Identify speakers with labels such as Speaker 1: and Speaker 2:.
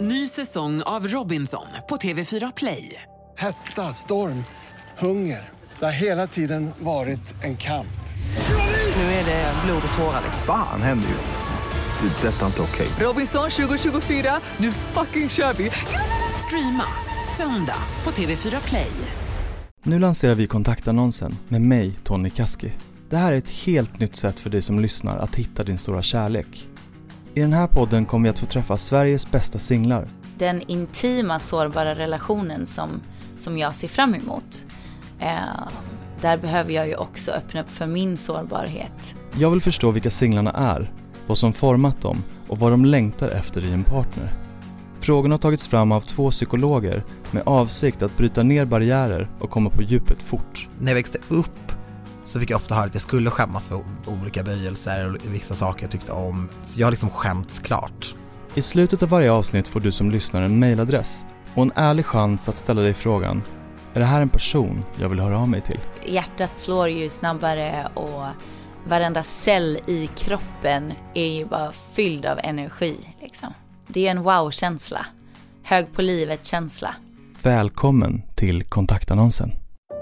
Speaker 1: Ny säsong av Robinson på TV4 Play.
Speaker 2: Hetta, storm, hunger. Det har hela tiden varit en kamp.
Speaker 1: Nu är det blod och tårar.
Speaker 3: Fan händer just nu. Det. är Detta är inte okej.
Speaker 1: Robinson 2024, nu fucking kör vi! Streama söndag på TV4 Play.
Speaker 4: Nu lanserar vi kontaktannonsen med mig, Tony Kaski. Det här är ett helt nytt sätt för dig som lyssnar att hitta din stora kärlek. I den här podden kommer vi att få träffa Sveriges bästa singlar.
Speaker 5: den intima sårbara relationen som, som jag ser fram emot. Eh, där behöver jag ju också öppna upp för min sårbarhet.
Speaker 4: Jag vill förstå vilka singlarna är, vad som format dem och vad de längtar efter i en partner. Frågorna har tagits fram av två psykologer med avsikt att bryta ner barriärer och komma på djupet fort.
Speaker 6: när jag växte upp så fick jag ofta höra att jag skulle skämmas för olika böjelser och vissa saker jag tyckte om. Så jag har liksom skämts klart.
Speaker 4: I slutet av varje avsnitt får du som lyssnar en mailadress och en ärlig chans att ställa dig frågan Är det här en person jag vill höra av mig till?
Speaker 5: Hjärtat slår ju snabbare och varenda cell i kroppen är ju bara fylld av energi. Liksom. Det är en wow-känsla. Hög på livet-känsla.
Speaker 4: Välkommen till kontaktannonsen.